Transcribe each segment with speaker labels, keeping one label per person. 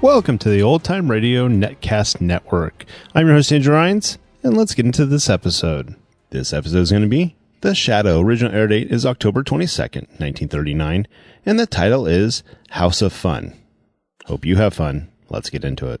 Speaker 1: Welcome to the Old Time Radio Netcast Network. I'm your host, Andrew Rines, and let's get into this episode. This episode is going to be The Shadow. Original air date is October 22nd, 1939, and the title is House of Fun. Hope you have fun. Let's get into it.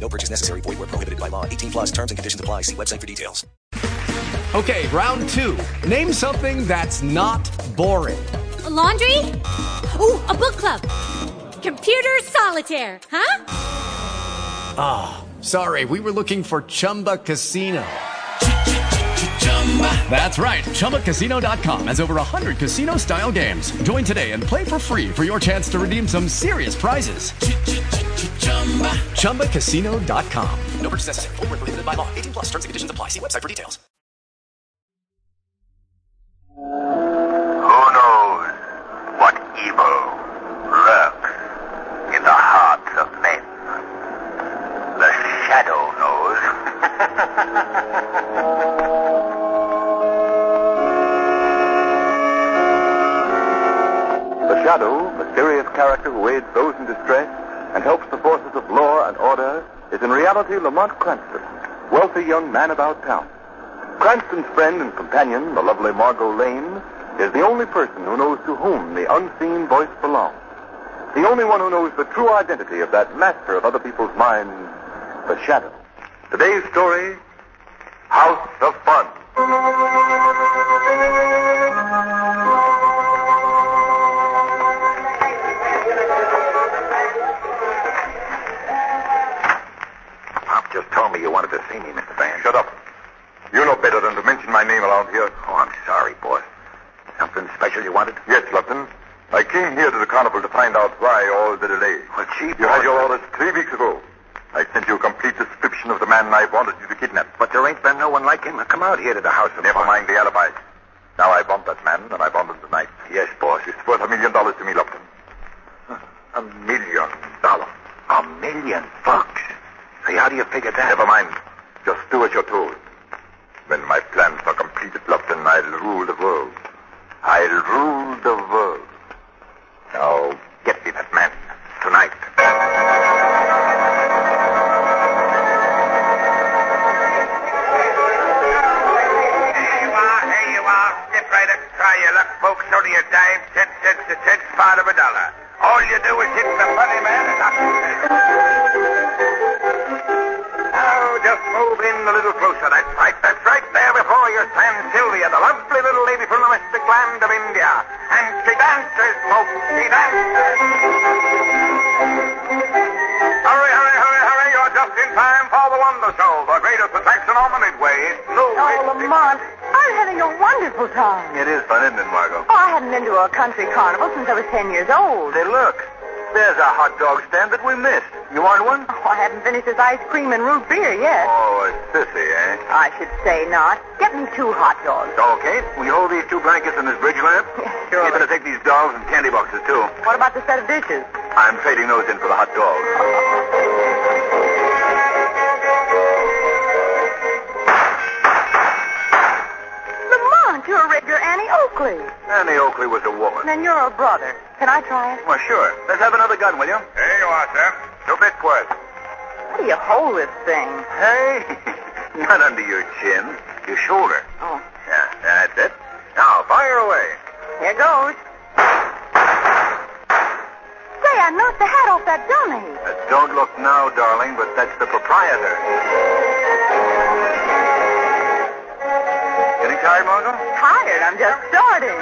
Speaker 2: No purchase necessary. Void where prohibited by law. 18 plus terms and conditions apply. See website for details.
Speaker 3: Okay, round two. Name something that's not boring.
Speaker 4: A laundry? Ooh, a book club. Computer solitaire, huh?
Speaker 3: Ah, oh, sorry. We were looking for Chumba Casino. That's right. ChumbaCasino.com has over 100 casino style games. Join today and play for free for your chance to redeem some serious prizes. ChumbaCasino.com. No purchase necessary. Full prohibited by law. 18 plus terms and conditions apply. See website for details.
Speaker 5: Who knows what evil lurks in the hearts of men? The shadow knows.
Speaker 6: The shadow, mysterious character who aids those in distress and helps the forces of law and order, is in reality Lamont Cranston, wealthy young man about town. Cranston's friend and companion, the lovely Margot Lane, is the only person who knows to whom the unseen voice belongs. The only one who knows the true identity of that master of other people's minds, the shadow.
Speaker 5: Today's story House of Fun.
Speaker 7: Pop just told me you wanted to see me, Mr. Van.
Speaker 5: Shut up. You know better than to mention my name around here.
Speaker 7: Oh, I'm sorry, boss. Something special you wanted?
Speaker 5: Yes, Lupton. I came here to the carnival to find out why all the delay.
Speaker 7: Well, chief,
Speaker 5: You had your orders three weeks ago. I sent you a complete description of the man I wanted you to kidnap.
Speaker 7: But there ain't been no one like him to come out here to the house. Of
Speaker 5: Never
Speaker 7: Fun.
Speaker 5: mind the alibis. Now I want that man, and I want him tonight.
Speaker 7: Yes, boss.
Speaker 5: It's worth a million dollars to me, Lupton. A million dollars.
Speaker 7: A million bucks. Hey, how do you figure that?
Speaker 5: Never mind. Just do as you're told. When my plans are completed, Lupton, I'll rule the world. I'll rule the world. Now, get me that man. Tonight.
Speaker 8: Here you are, here you are. Step right up, try your luck, folks. Only a dime, ten cents, a tenth part of a dollar. All you do is hit the funny man and knock him down. Now, Oh, just move in a little closer. That's right, that's right. There before you stands Sylvia, the lovely little lady from the mystic land of India. And she dances, folks. She dances. Hurry, hurry, hurry, hurry. You're just in time for the Wonder Show, the greatest attraction on the Midway. It's no
Speaker 9: Oh, Lamont, I'm having a wonderful time.
Speaker 5: It is fun, isn't it, Margot?
Speaker 9: Oh, I haven't been to a country carnival since I was 10 years old.
Speaker 5: Say, look. There's our hot dog stand that we missed. You want one?
Speaker 9: Oh, I haven't finished his ice cream and root beer yet.
Speaker 5: Oh, it's sissy, eh?
Speaker 9: I should say not. Get me two hot dogs.
Speaker 5: Okay. Will you hold these two blankets and this bridge lamp?
Speaker 9: Sure.
Speaker 5: You better take these dolls and candy boxes, too.
Speaker 9: What about the set of dishes?
Speaker 5: I'm trading those in for the hot dogs.
Speaker 9: Lamont, you're a regular Annie Oakley.
Speaker 5: Annie Oakley was a woman.
Speaker 9: Then you're a brother. Can I try it?
Speaker 5: Well, sure. Let's have another gun, will you?
Speaker 10: Here you are, sir. Two bits worth.
Speaker 9: How do you hold this thing?
Speaker 5: Hey, not under your chin, your shoulder.
Speaker 9: Oh.
Speaker 5: Yeah, that's it. Now, fire away.
Speaker 9: Here goes. Say, I knocked the hat off that dummy.
Speaker 5: Uh, don't look now, darling, but that's the proprietor. Getting tired, Margot?
Speaker 9: Tired. I'm just starting.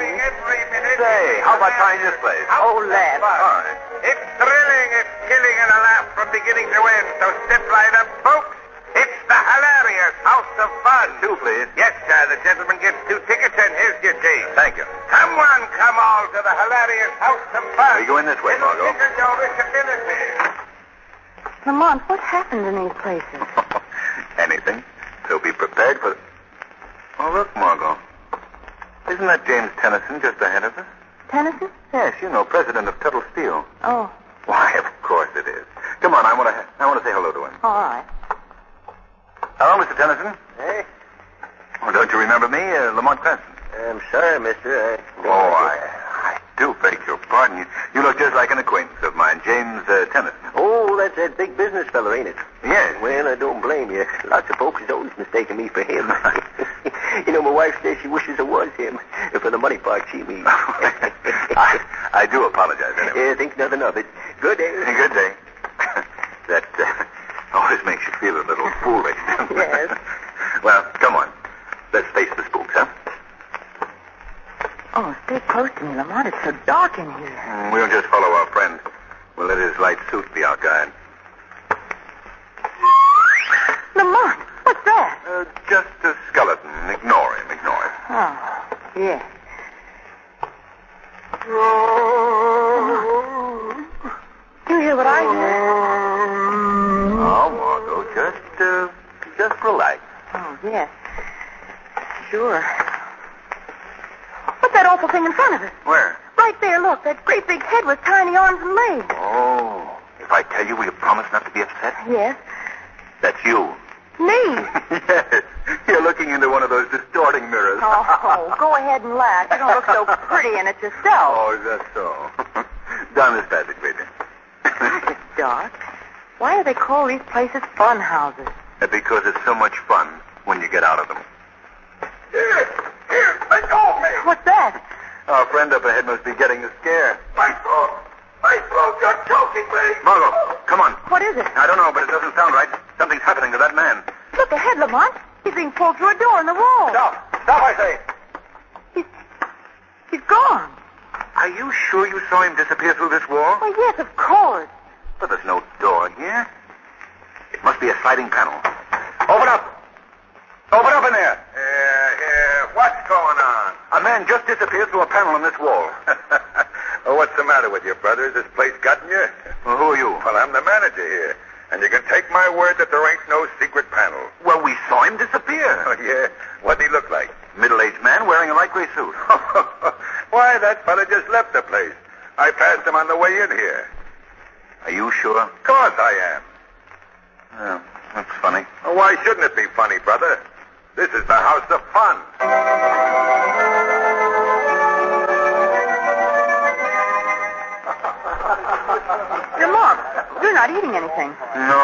Speaker 5: Say, how about trying this place?
Speaker 9: Oh, laugh.
Speaker 5: All right.
Speaker 10: It's thrilling, it's killing, and a laugh from beginning to end. So step right up, folks. It's the hilarious House of Fun.
Speaker 5: Two, please.
Speaker 10: Yes, sir. The gentleman gets two tickets, and here's your change.
Speaker 5: Thank you.
Speaker 10: Come on, come all to the hilarious House of Fun.
Speaker 5: Are you going this way,
Speaker 10: It'll
Speaker 5: Margot?
Speaker 10: tickle your disability.
Speaker 9: Lamont, what happens in these places?
Speaker 5: Anything. So be prepared for. Oh, look, Margot. Isn't that James Tennyson just ahead of us?
Speaker 9: Tennyson?
Speaker 5: Yes, you know, president of Tuttle Steel.
Speaker 9: Oh,
Speaker 5: Why, of course it is. Come on, I want to. I want to say hello to him.
Speaker 9: all right.
Speaker 5: Hello, Mr. Tennyson.
Speaker 11: Hey,
Speaker 5: Oh, don't you remember me, uh, Lamont Cranston?
Speaker 11: I'm sorry, mister. I
Speaker 5: Oh, I, I do beg your pardon. You, you look just like an acquaintance of mine, James uh, Tennyson.
Speaker 11: Oh, that's that big business fellow, ain't it?
Speaker 5: Yes.
Speaker 11: Well, I don't blame you. Lots of folks has always mistaken me for him. you know, my wife says she wishes it was him. For the money part, she means.
Speaker 5: I, I do apologize, anyway.
Speaker 11: yeah, think nothing of it. Good day.
Speaker 5: Good day. that uh, always makes you feel a little foolish.
Speaker 11: Yes.
Speaker 5: well, come on. Let's face the spooks, huh?
Speaker 9: Oh, stay close to me, Lamont. It's so dark in here.
Speaker 5: Mm, We'll just follow our friend. We'll let his light suit be our guide.
Speaker 9: Lamont, what's that?
Speaker 5: Uh, just a skeleton. Ignore him. Ignore him.
Speaker 9: Oh, yes. Do you hear what I hear?
Speaker 5: Oh, Margot, just, uh, just relax.
Speaker 9: Oh, yes. Sure. What's that awful thing in front of us?
Speaker 5: Where?
Speaker 9: Right there, look. That great big head with tiny arms and legs.
Speaker 5: Oh, if I tell you, will you promise not to be upset?
Speaker 9: Yes.
Speaker 5: That's you.
Speaker 9: Me.
Speaker 5: yes. You're looking into one of those distorting mirrors.
Speaker 9: Oh, go ahead and laugh. You don't look so pretty in it yourself.
Speaker 5: Oh, is that so? Down this passage, baby.
Speaker 9: It's dark. Why do they call these places fun houses?
Speaker 5: because it's so much fun when you get out of them.
Speaker 10: Here, here, let go of me.
Speaker 9: What's that?
Speaker 5: Our friend up ahead must be getting a scare.
Speaker 10: My throat, my throat, you're choking me.
Speaker 5: Margot, come on.
Speaker 9: What is it?
Speaker 5: I don't know, but it doesn't sound right. Something's happening to that man.
Speaker 9: Look ahead, Lamont. He's being pulled through a door in the wall.
Speaker 5: Stop. Stop, I say.
Speaker 9: He's gone.
Speaker 5: Are you sure you saw him disappear through this wall?
Speaker 9: Well, yes, of course.
Speaker 5: But there's no door here. It must be a sliding panel. Open up. Open up in there.
Speaker 10: Here, here, Uh, what's going on?
Speaker 5: A man just disappeared through a panel in this wall.
Speaker 10: Oh, what's the matter with you, brother? Has this place gotten you?
Speaker 5: Well, who are you?
Speaker 10: Well, I'm the manager here. And you can take my word that there ain't no secret panel.
Speaker 5: Well, we saw him disappear.
Speaker 10: Oh, yeah? What'd he look like?
Speaker 5: Middle-aged man wearing a light gray suit.
Speaker 10: Why, that fella just left the place. I passed him on the way in here.
Speaker 5: Are you sure?
Speaker 10: Of course I am.
Speaker 5: Yeah, that's funny.
Speaker 10: Oh, why shouldn't it be funny, brother? This is the house of fun.
Speaker 9: Lamont, you're not eating anything.
Speaker 5: No,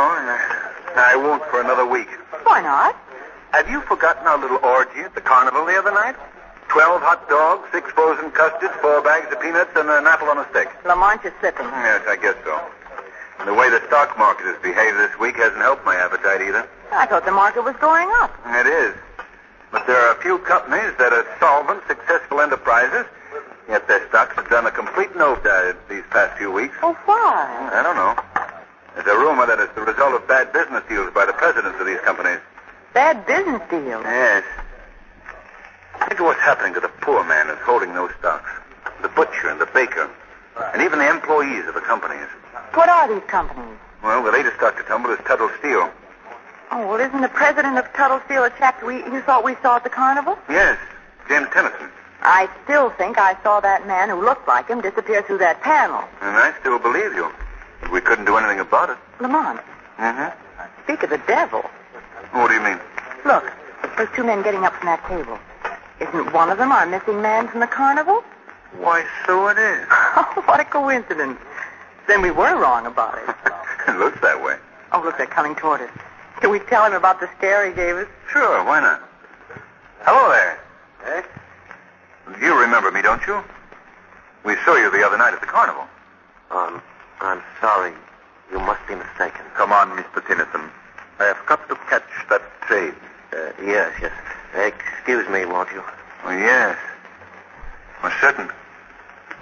Speaker 5: I won't for another week.
Speaker 9: Why not?
Speaker 5: Have you forgotten our little orgy at the carnival the other night? Twelve hot dogs, six frozen custards, four bags of peanuts, and an apple on a stick.
Speaker 9: Lamont, you're sipping.
Speaker 5: Yes, I guess so. And the way the stock market has behaved this week hasn't helped my appetite either.
Speaker 9: I thought the market was going up.
Speaker 5: It is. But there are a few companies that are solvent, successful enterprises, yet their stocks have done a complete nosedive these past few weeks.
Speaker 9: Oh, why?
Speaker 5: I don't know. There's a rumor that it's the result of bad business deals by the presidents of these companies.
Speaker 9: Bad business deal.
Speaker 5: Yes. Think of what's happening to the poor man who's holding those stocks. The butcher and the baker. And even the employees of the companies.
Speaker 9: What are these companies?
Speaker 5: Well, the latest Dr. Tumble is Tuttle Steel.
Speaker 9: Oh, well, isn't the president of Tuttle Steel a chap we, you thought we saw at the carnival?
Speaker 5: Yes, James Tennyson.
Speaker 9: I still think I saw that man who looked like him disappear through that panel.
Speaker 5: And I still believe you. We couldn't do anything about it.
Speaker 9: Lamont,
Speaker 5: Mm-hmm.
Speaker 9: speak of the devil.
Speaker 5: What do you mean?
Speaker 9: Look, those two men getting up from that table. Isn't one of them our missing man from the carnival?
Speaker 5: Why, so it is.
Speaker 9: Oh, what a coincidence. Then we were wrong about it.
Speaker 5: It looks that way.
Speaker 9: Oh, look, they're coming toward us. Can we tell him about the stare he gave us?
Speaker 5: Sure, why not? Hello there.
Speaker 12: Eh?
Speaker 5: Hey? You remember me, don't you? We saw you the other night at the carnival.
Speaker 12: Um, I'm sorry. You must be mistaken.
Speaker 5: Come on, Mr. Tennyson. I have got to catch that train.
Speaker 12: Uh, yes, yes. Excuse me, won't you?
Speaker 5: Oh, yes. Well, certain.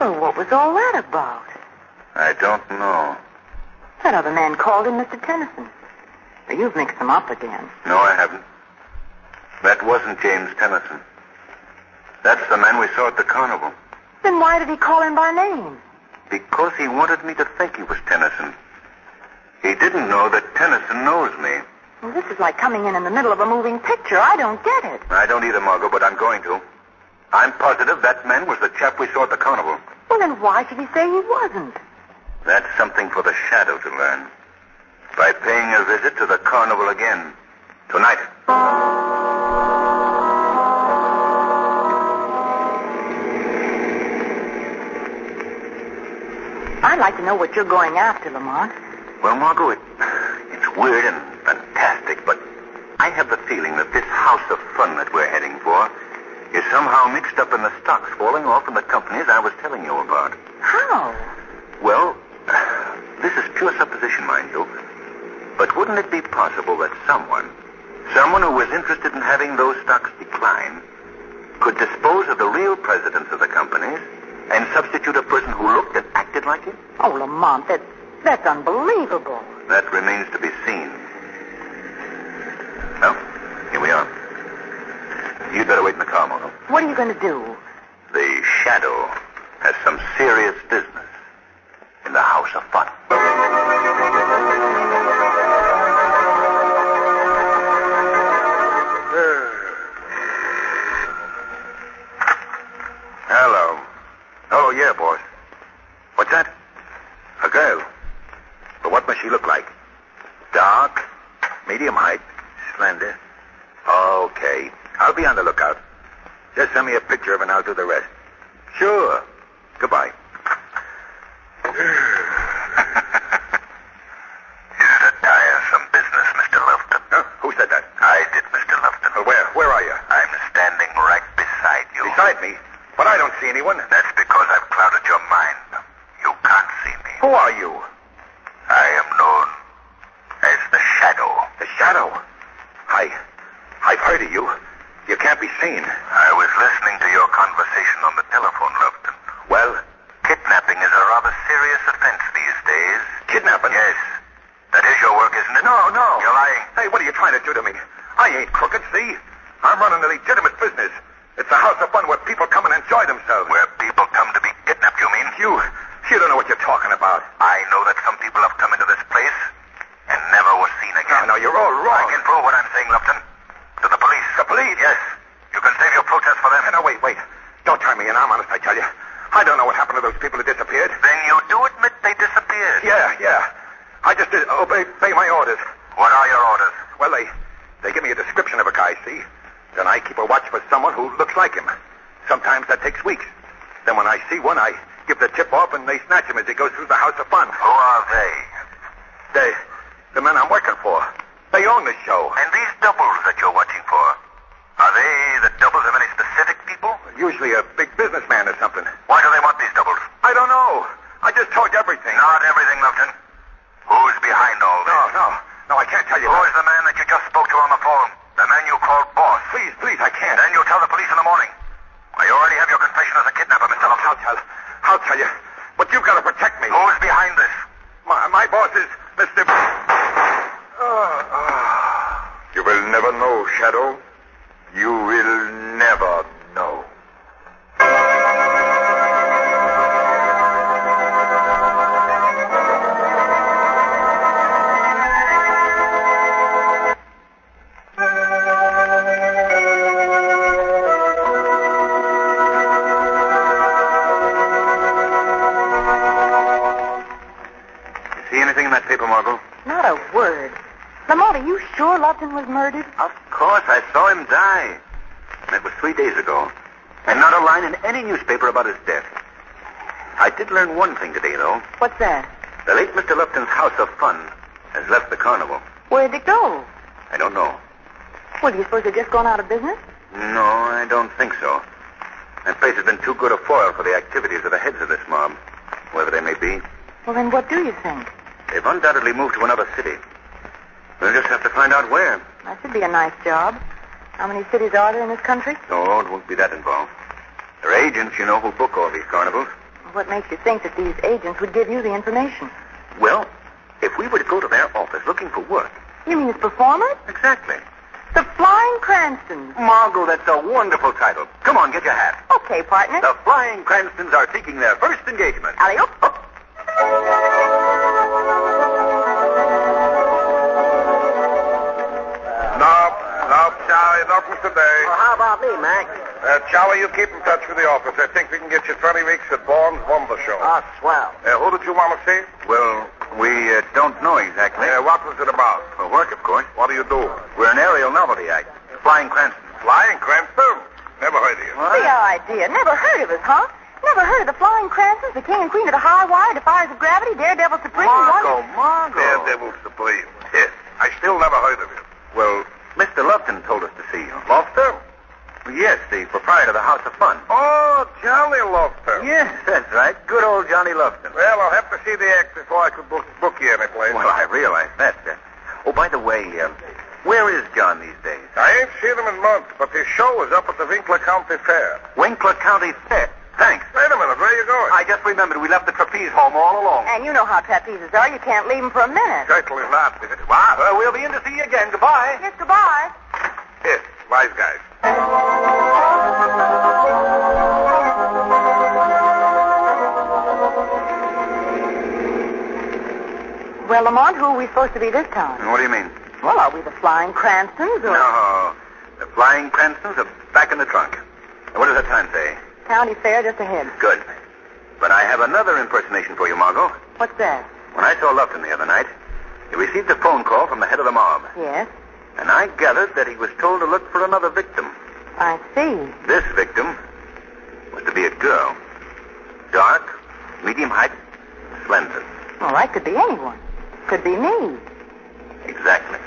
Speaker 9: Well, Oh, what was all that about?
Speaker 5: I don't know.
Speaker 9: That other man called him Mr. Tennyson. Now, You've mixed them up again.
Speaker 5: No, I haven't. That wasn't James Tennyson. That's the man we saw at the carnival.
Speaker 9: Then why did he call him by name?
Speaker 5: Because he wanted me to think he was Tennyson. He didn't know that Tennyson knows me.
Speaker 9: Well, this is like coming in in the middle of a moving picture. I don't get it.
Speaker 5: I don't either, Margot, but I'm going to. I'm positive that man was the chap we saw at the carnival.
Speaker 9: Well, then why should he say he wasn't?
Speaker 5: That's something for the shadow to learn. By paying a visit to the carnival again. Tonight.
Speaker 9: I'd like to know what you're going after, Lamont.
Speaker 5: Well, Margot, it, it's weird and fantastic, but I have the feeling that this house of fun that we're heading for is somehow mixed up in the stocks falling off in the companies I was telling you about.
Speaker 9: How?
Speaker 5: Well, this is pure supposition, mind you. But wouldn't it be possible that someone, someone who was interested in having those stocks decline, could dispose of the real presidents of the companies and substitute a person who looked and acted like him?
Speaker 9: Oh, Lamont, that, that's unbelievable.
Speaker 5: That remains to be seen. Well, here we are. You'd better wait in the car, Margot.
Speaker 9: What are you going to do?
Speaker 5: The shadow has some serious business in the House of Fun. Hello. Oh, yeah, boss. What's that? A girl. But what must she look like? Dark, medium height, slender. Okay. I'll be on the lookout. Just send me a picture of her and I'll do the rest. Sure. Goodbye. Here's a tiresome business, Mr. Lofton. Who said that? I did, Mr. Lofton. where? Where are you? I'm standing right beside you. Beside me? But I don't see anyone. That's because I've clouded your mind. You can't see me. Who are you? I am known as the Shadow. The Shadow? I. I've heard of you. You can't be seen. I was listening to your conversation on the telephone, Lofton. Well? Kidnapping is a rather serious offense these days. Kidnapping? Yes. That is your work, isn't it? No, no. You're lying. Hey, what are you trying to do to me? I ain't crooked, see? I'm running a legitimate business. It's a house of fun where people come and enjoy themselves. Where people come to be kidnapped, you mean? You, you don't know what you're talking about. I know that some people have come into this place and never were seen again. No, no, you're all wrong. I can prove what I'm saying, Lupton. To the police. The police? Yes. You can save your protest for them. No, wait, wait. Don't try me in. I'm honest, I tell you. I don't know what happened to those people who disappeared. Then you do admit they disappeared. Yeah, yeah. I just uh, obey, obey my orders. What are your orders? Well, they they give me a description of a guy, see? Then I keep a watch for someone who looks like him. Sometimes that takes weeks. Then when I see one, I give the tip off and they snatch him as he goes through the house of fun. Who are they? They, the men I'm working for. They own the show. And these doubles that you're watching for, are they the doubles of any specific people? Usually a big businessman or something. Why do they want these doubles? I don't know. I just told you everything. Not everything, Lupton. Who's behind all this? No, no. No, I can't tell you. Who is the man that you just spoke to on the phone? The man you called boss. Please, please, I can't. Then you tell the police in the morning. I already have your confession as a kidnapper, Mr. Lupton. I'll tell. I'll tell you. But you've got to protect me. Who's behind this? My, my boss is Mr. You will never know, Shadow. You will never know.
Speaker 9: Not a word. Lamotta, you sure Lupton was murdered?
Speaker 5: Of course, I saw him die. And it was three days ago. And not a line in any newspaper about his death. I did learn one thing today, though.
Speaker 9: What's that?
Speaker 5: The late Mr. Lupton's house of fun has left the carnival.
Speaker 9: Where'd it go?
Speaker 5: I don't know.
Speaker 9: Well, do you suppose they've just gone out of business?
Speaker 5: No, I don't think so. That place has been too good a foil for the activities of the heads of this mob, wherever they may be.
Speaker 9: Well, then what do you think?
Speaker 5: They've undoubtedly moved to another city. We'll just have to find out where.
Speaker 9: That should be a nice job. How many cities are there in this country?
Speaker 5: No, it won't be that involved. There are agents, you know, who book all these carnivals.
Speaker 9: What makes you think that these agents would give you the information?
Speaker 5: Well, if we were to go to their office looking for work.
Speaker 9: You mean as performers?
Speaker 5: Exactly.
Speaker 9: The Flying Cranstons.
Speaker 5: Margot, that's a wonderful title. Come on, get your hat.
Speaker 9: Okay, partner.
Speaker 5: The Flying Cranstons are seeking their first engagement.
Speaker 9: Alley up.
Speaker 13: Nope, nope, Charlie, nothing today.
Speaker 14: Well, how about me, Mac?
Speaker 13: Uh, Charlie, you keep in touch with the office. I think we can get you 20 weeks at Bourne's Wonder Show.
Speaker 14: Oh, swell.
Speaker 13: Uh, who did you want to see?
Speaker 5: Well, we uh, don't know exactly.
Speaker 13: Uh, what was it about?
Speaker 5: Well, work, of course.
Speaker 13: What do you do?
Speaker 5: We're an aerial novelty act. Flying Cranston.
Speaker 13: Flying Cranston? Never heard of you.
Speaker 9: The idea. Never heard of us, huh? Never heard of the Flying Cranstons, the king and queen of the high wire, defiers of gravity, daredevil supreme.
Speaker 5: Margot,
Speaker 9: wonder-
Speaker 5: Margot.
Speaker 13: Daredevil Supreme. Yes. I still never heard of you.
Speaker 5: Well, Mr. Lupton told us to see you.
Speaker 13: Lofton?
Speaker 5: Yes, the proprietor of the House of Fun.
Speaker 13: Oh, Charlie Lofton.
Speaker 5: Yes, that's right. Good old Johnny Lupton.
Speaker 13: Well, I'll have to see the act before I could book, book you any place.
Speaker 5: Well, I realize that. uh, Oh, by the way, um, where is John these days?
Speaker 13: I ain't seen him in months, but his show was up at the Winkler County Fair.
Speaker 5: Winkler County Fair. Thanks.
Speaker 13: Wait a minute, where are you going?
Speaker 5: I just remembered we left the trapeze home all along.
Speaker 9: And you know how trapezes are. You can't leave them for a minute.
Speaker 13: Certainly not.
Speaker 5: Wow, well, we'll be in to see you again. Goodbye.
Speaker 9: Yes, goodbye.
Speaker 13: Yes, wise guys.
Speaker 9: Well, Lamont, who are we supposed to be this time?
Speaker 5: What do you mean?
Speaker 9: Well, are we the Flying Cranstons or
Speaker 5: No. The flying Cranstons are back in the trunk. What does that time say?
Speaker 9: County Fair just ahead?
Speaker 5: Good. But I have another impersonation for you, Margot.
Speaker 9: What's that?
Speaker 5: When I saw Lupton the other night, he received a phone call from the head of the mob,
Speaker 9: Yes,
Speaker 5: and I gathered that he was told to look for another victim.
Speaker 9: I see.
Speaker 5: This victim was to be a girl. Dark, medium height, slender.
Speaker 9: Well, that could be anyone. Could be me.
Speaker 5: Exactly.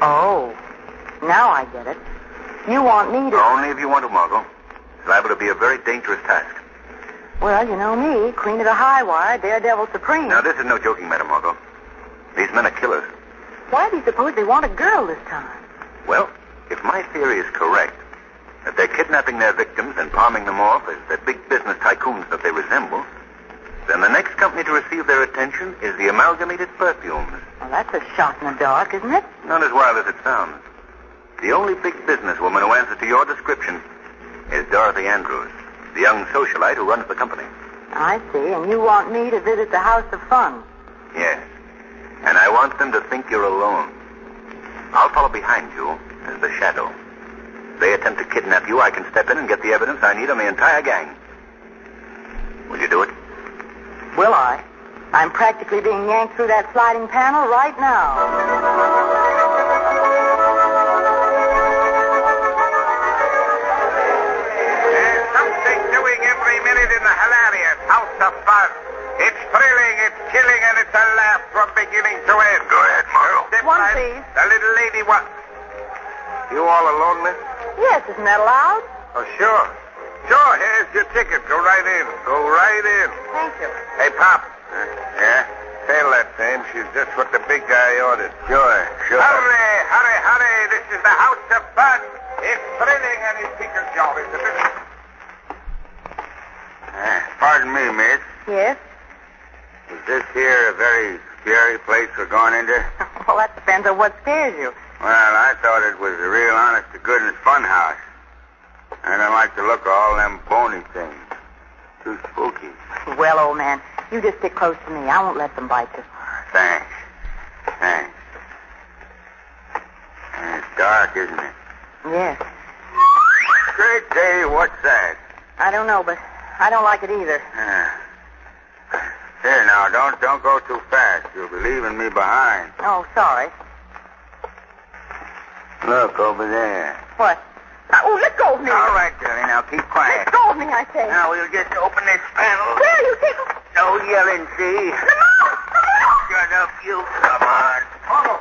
Speaker 9: Oh, now I get it. You want me to?
Speaker 5: Only if you want to, Margot. It's liable to be a very dangerous task.
Speaker 9: Well, you know me, queen of the high wire, daredevil supreme.
Speaker 5: Now, this is no joking matter, Margot. These men are killers.
Speaker 9: Why do you suppose they want a girl this time?
Speaker 5: Well, if my theory is correct, that they're kidnapping their victims and palming them off as the big business tycoons that they resemble, then the next company to receive their attention is the Amalgamated Perfumes.
Speaker 9: Well, that's a shot in the dark, isn't it?
Speaker 5: Not as wild as it sounds. The only big businesswoman who answers to your description is Dorothy Andrews, the young socialite who runs the company.
Speaker 9: I see, and you want me to visit the House of Fun.
Speaker 5: Yes. And I want them to think you're alone. I'll follow behind you as the shadow. If they attempt to kidnap you, I can step in and get the evidence I need on the entire gang. Will you do it?
Speaker 9: Will I? I'm practically being yanked through that sliding panel right now.
Speaker 15: There's something doing every minute in the hilarious house of fun. It's thrilling, it's chilling, and it's a laugh from beginning to end.
Speaker 13: Go ahead, Margot.
Speaker 15: Step
Speaker 9: One,
Speaker 15: right-
Speaker 9: please.
Speaker 15: The little lady what?
Speaker 13: You all alone, miss?
Speaker 9: Yes, isn't that allowed?
Speaker 13: Oh, sure. Sure, here's your ticket. Go right in. Go right in.
Speaker 9: Thank you.
Speaker 13: Hey, Pop. yeah? Tell that dame she's just what the big guy ordered. Sure, sure.
Speaker 15: Hurry, hurry, hurry. This is the house of fun. It's thrilling, and it's Tinker's job. It's a business.
Speaker 13: Eh, pardon me, miss.
Speaker 9: Yes?
Speaker 13: Is this here a very scary place we're going into?
Speaker 9: Well, that depends on what scares you.
Speaker 13: Well, I thought it was a real honest to goodness fun house. I don't like the look of all them bony things. Too spooky.
Speaker 9: Well, old man, you just stick close to me. I won't let them bite you.
Speaker 13: Thanks. Thanks. And It's dark, isn't it?
Speaker 9: Yes.
Speaker 13: Great day, what's that?
Speaker 9: I don't know, but I don't like it either.
Speaker 13: Ah. Say,
Speaker 12: Here now, don't don't go too fast. You'll be leaving me behind.
Speaker 9: Oh, sorry.
Speaker 12: Look over there.
Speaker 9: What? Uh, oh, let go of me.
Speaker 12: All right, Jerry. Now keep quiet.
Speaker 9: Let go of me, I say.
Speaker 12: Now we'll just open this panel.
Speaker 9: Claire, you take...
Speaker 12: No yelling, see? Shut up, you. Come on.
Speaker 8: Margo!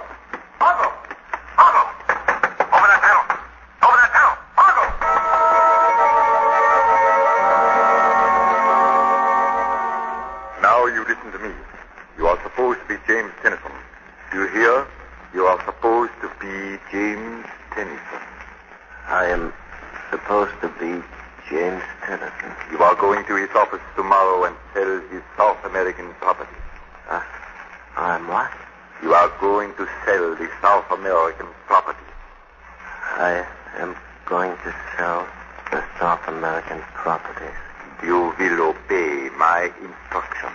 Speaker 8: Margo! Margo! Over that panel! Over that panel! Margo!
Speaker 5: Now you listen to me. You are supposed to be James Tennyson. Do you hear? You are supposed to be James Tennyson.
Speaker 12: I am supposed to be James Tennyson.
Speaker 5: You are going to his office tomorrow and sell his South American property.
Speaker 12: Uh, I'm what?
Speaker 5: You are going to sell the South American property.
Speaker 12: I am going to sell the South American properties.
Speaker 5: You will obey my instruction.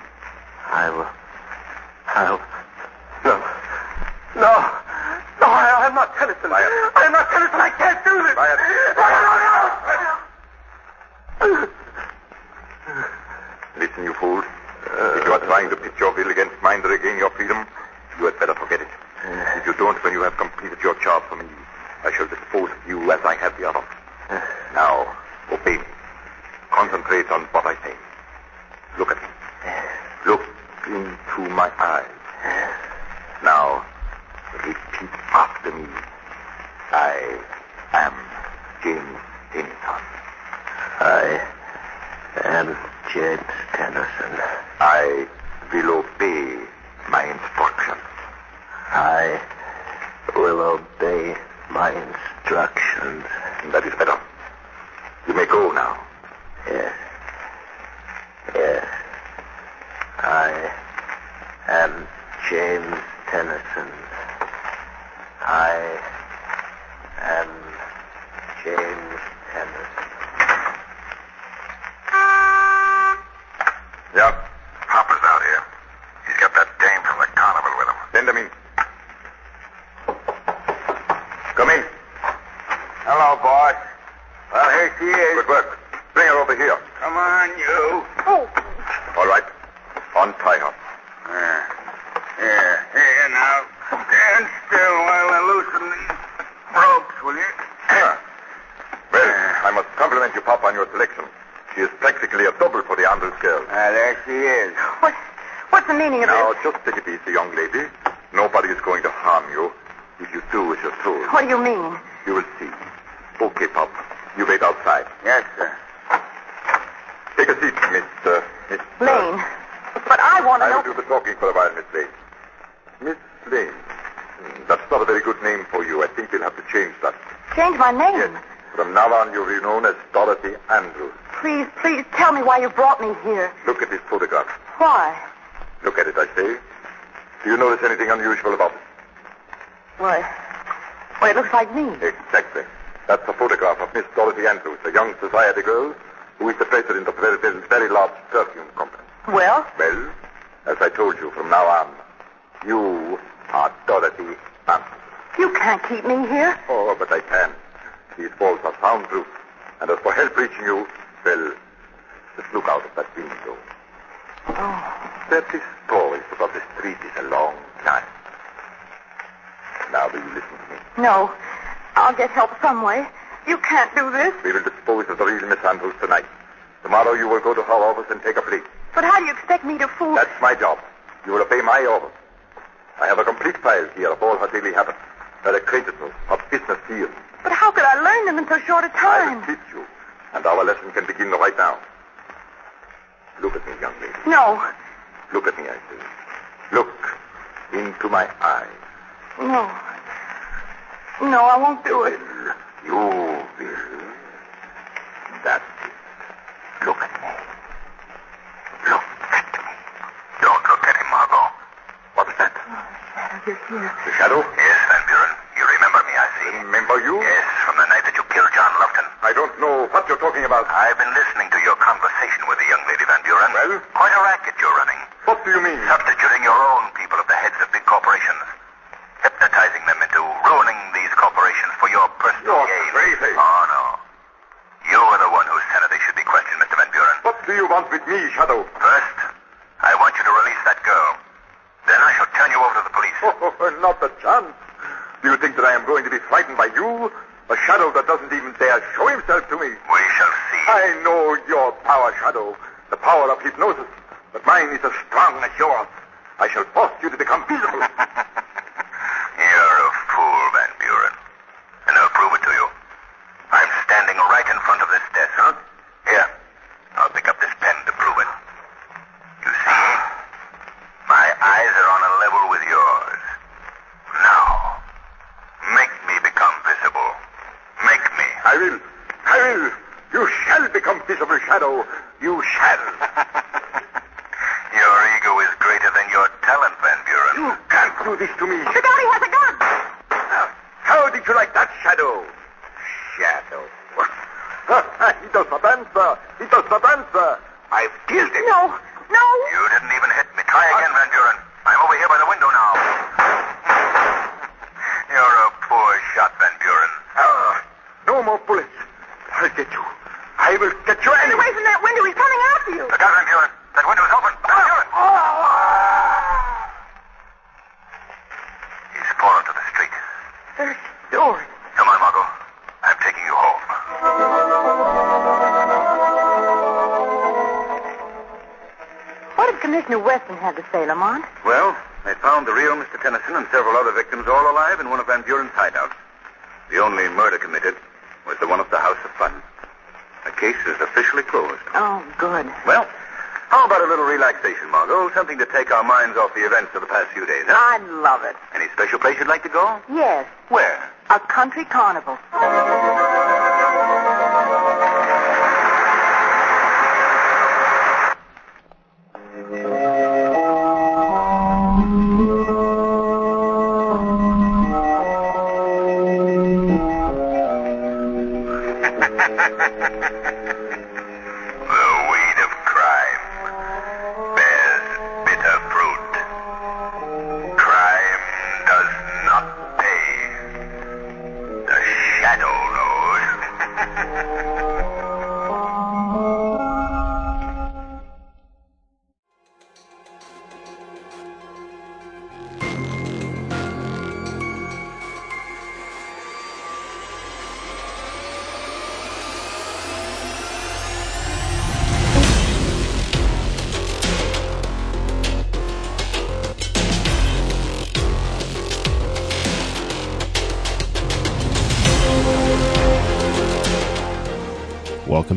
Speaker 12: I will. I will.
Speaker 8: No. No. No, I, am not Tennyson. I am, I am not Tennyson. I can't do this.
Speaker 5: I am.
Speaker 8: No, no,
Speaker 5: no. Listen, you fools. if you are trying to pitch your will against mine to regain your freedom, you had better forget it. If you don't, when you have completed your job for me, I shall dispose of you as I have the other. Now, obey me. Concentrate on what I say. Look at me. Look into my eyes. Now, repeat after me. I am James Tennyson.
Speaker 12: I am James Tennyson.
Speaker 5: I will obey my instruction.
Speaker 12: I will obey my instructions.
Speaker 5: That is better. You may go now.
Speaker 12: Yes. Yes. I am James Tennyson. I am James Tennyson.
Speaker 5: Yep. Hopper's out here. He's got that dame from the carnival with him. Send him in. Come in.
Speaker 12: Hello, boy. Well, here she is.
Speaker 5: Good work. Bring her over here.
Speaker 12: Come on, you.
Speaker 9: Oh,
Speaker 5: All right. Untie her.
Speaker 12: Yeah. Here, here now. Stand still while I loosen these ropes, will you?
Speaker 5: Ah. Well, I must compliment you, Pop, on your selection. She is practically a double for the Andrews girl.
Speaker 12: Ah, there she is.
Speaker 9: What, what's the meaning of
Speaker 5: Now,
Speaker 9: this?
Speaker 5: just take it easy, young lady. Nobody is going to harm you if you do as you're told.
Speaker 9: What do you mean?
Speaker 5: You will see. Okay, Pop. You wait outside.
Speaker 12: Yes, sir.
Speaker 5: Take a seat, Miss. Uh, Miss
Speaker 9: Lane. But I want to
Speaker 5: I
Speaker 9: know.
Speaker 5: will do the talking for a while, Miss Lane. Miss Lane. Hmm, That's not a very good name for you. I think you'll have to change that.
Speaker 9: Change my name.
Speaker 5: From now on, you'll be known as Dorothy Andrews.
Speaker 9: Please, please tell me why you brought me here.
Speaker 5: Look at this photograph.
Speaker 9: Why?
Speaker 5: Look at it, I say. Do you notice anything unusual about it?
Speaker 9: Why? Well, it looks like me.
Speaker 5: Exactly. That's a photograph of Miss Dorothy Andrews, a young society girl who is the president of a very, very, very large perfume company.
Speaker 9: Well,
Speaker 5: Well, as I told you, from now on, you are Dorothy Andrews.
Speaker 9: you can't keep me here.
Speaker 5: Oh, but I can. These walls are soundproof. And as for help reaching you, well, just look out of that window.
Speaker 9: Oh,
Speaker 5: Thirty stories above the street is a long climb. Now will you listen to me?
Speaker 9: no. I'll get help some way. You can't do this.
Speaker 5: We will dispose of the real Miss Andrews tonight. Tomorrow you will go to her office and take a plea.
Speaker 9: But how do you expect me to fool?
Speaker 5: That's my job. You will obey my orders. I have a complete file here of all her daily habits, her acquaintances, her business deals.
Speaker 9: But how could I learn them in so short a
Speaker 5: I
Speaker 9: time?
Speaker 5: will teach you, and our lesson can begin right now. Look at me, young lady.
Speaker 9: No,
Speaker 5: Look at me, I say. Look into my eyes.
Speaker 9: no. No, I won't do it.
Speaker 5: You will. That's it. Look at me. Look at me. Don't look at him, Margot. What is that?
Speaker 9: You're here.
Speaker 5: The shadow? Yes, Van Buren. You remember me, I see. Remember you? Yes, from the night that you killed John Lofton. I don't know what you're talking about. I've been listening to your conversation with the young lady, Van Buren. Well? Quite a racket you're running. What do you mean? Substituting your own people at the heads of big corporations. Hypnotizing them into ruining these corporations for your personal you're gain. crazy. Oh, no. You are the one who said it. They should be questioned, Mr. Van Buren. What do you want with me, Shadow? First, I want you to release
Speaker 16: Oh, not a chance. Do you think that I am going to be frightened by you? A shadow that doesn't even dare show himself to me.
Speaker 5: We shall see.
Speaker 16: I know your power, Shadow. The power of hypnosis. But mine is as strong as yours. I shall force you to become visible.
Speaker 5: You're a fool, Van Buren. And I'll prove it to you. I'm standing right in front of this desk. Huh? Here. I'll pick up this pen to prove it. You see? My eyes are on a level with yours. Now, make me become visible. Make me.
Speaker 16: I will. I will. You shall become visible, Shadow. You shall.
Speaker 5: Your ego is greater than your talent, Van Buren.
Speaker 16: You can't do this to me.
Speaker 9: The daddy has a gun.
Speaker 16: How did you like that, Shadow?
Speaker 5: Shadow.
Speaker 16: he does not answer. He does not answer.
Speaker 5: I've killed him.
Speaker 9: No, no.
Speaker 5: You didn't even hit me. Try again, Van Buren. I'm over here by the window now. You're a poor shot, Van Buren.
Speaker 16: Ah, no more bullets. I'll get you. I will get you
Speaker 9: Get away
Speaker 16: anyway.
Speaker 9: from that window. He's coming after you.
Speaker 5: Look out, Van Buren. That window's open. Van Buren. He's fallen to the street.
Speaker 9: Third story.
Speaker 5: Come on, Margot. I'm taking you home.
Speaker 9: What did Commissioner Weston have to say, Lamont?
Speaker 5: Well, they found the real Mr. Tennyson and several other victims all alive in one of Van Buren's hideouts. The only murder committed was the one at the House of Fun. The case is officially closed.
Speaker 9: Oh, good.
Speaker 5: Well, how about a little relaxation, Margot? Something to take our minds off the events of the past few days, huh?
Speaker 9: I love it.
Speaker 5: Any special place you'd like to go?
Speaker 9: Yes,
Speaker 5: Where?
Speaker 9: a country carnival.
Speaker 5: The weed of crime bears bitter fruit. Crime does not pay. The shadow knows.
Speaker 1: Welcome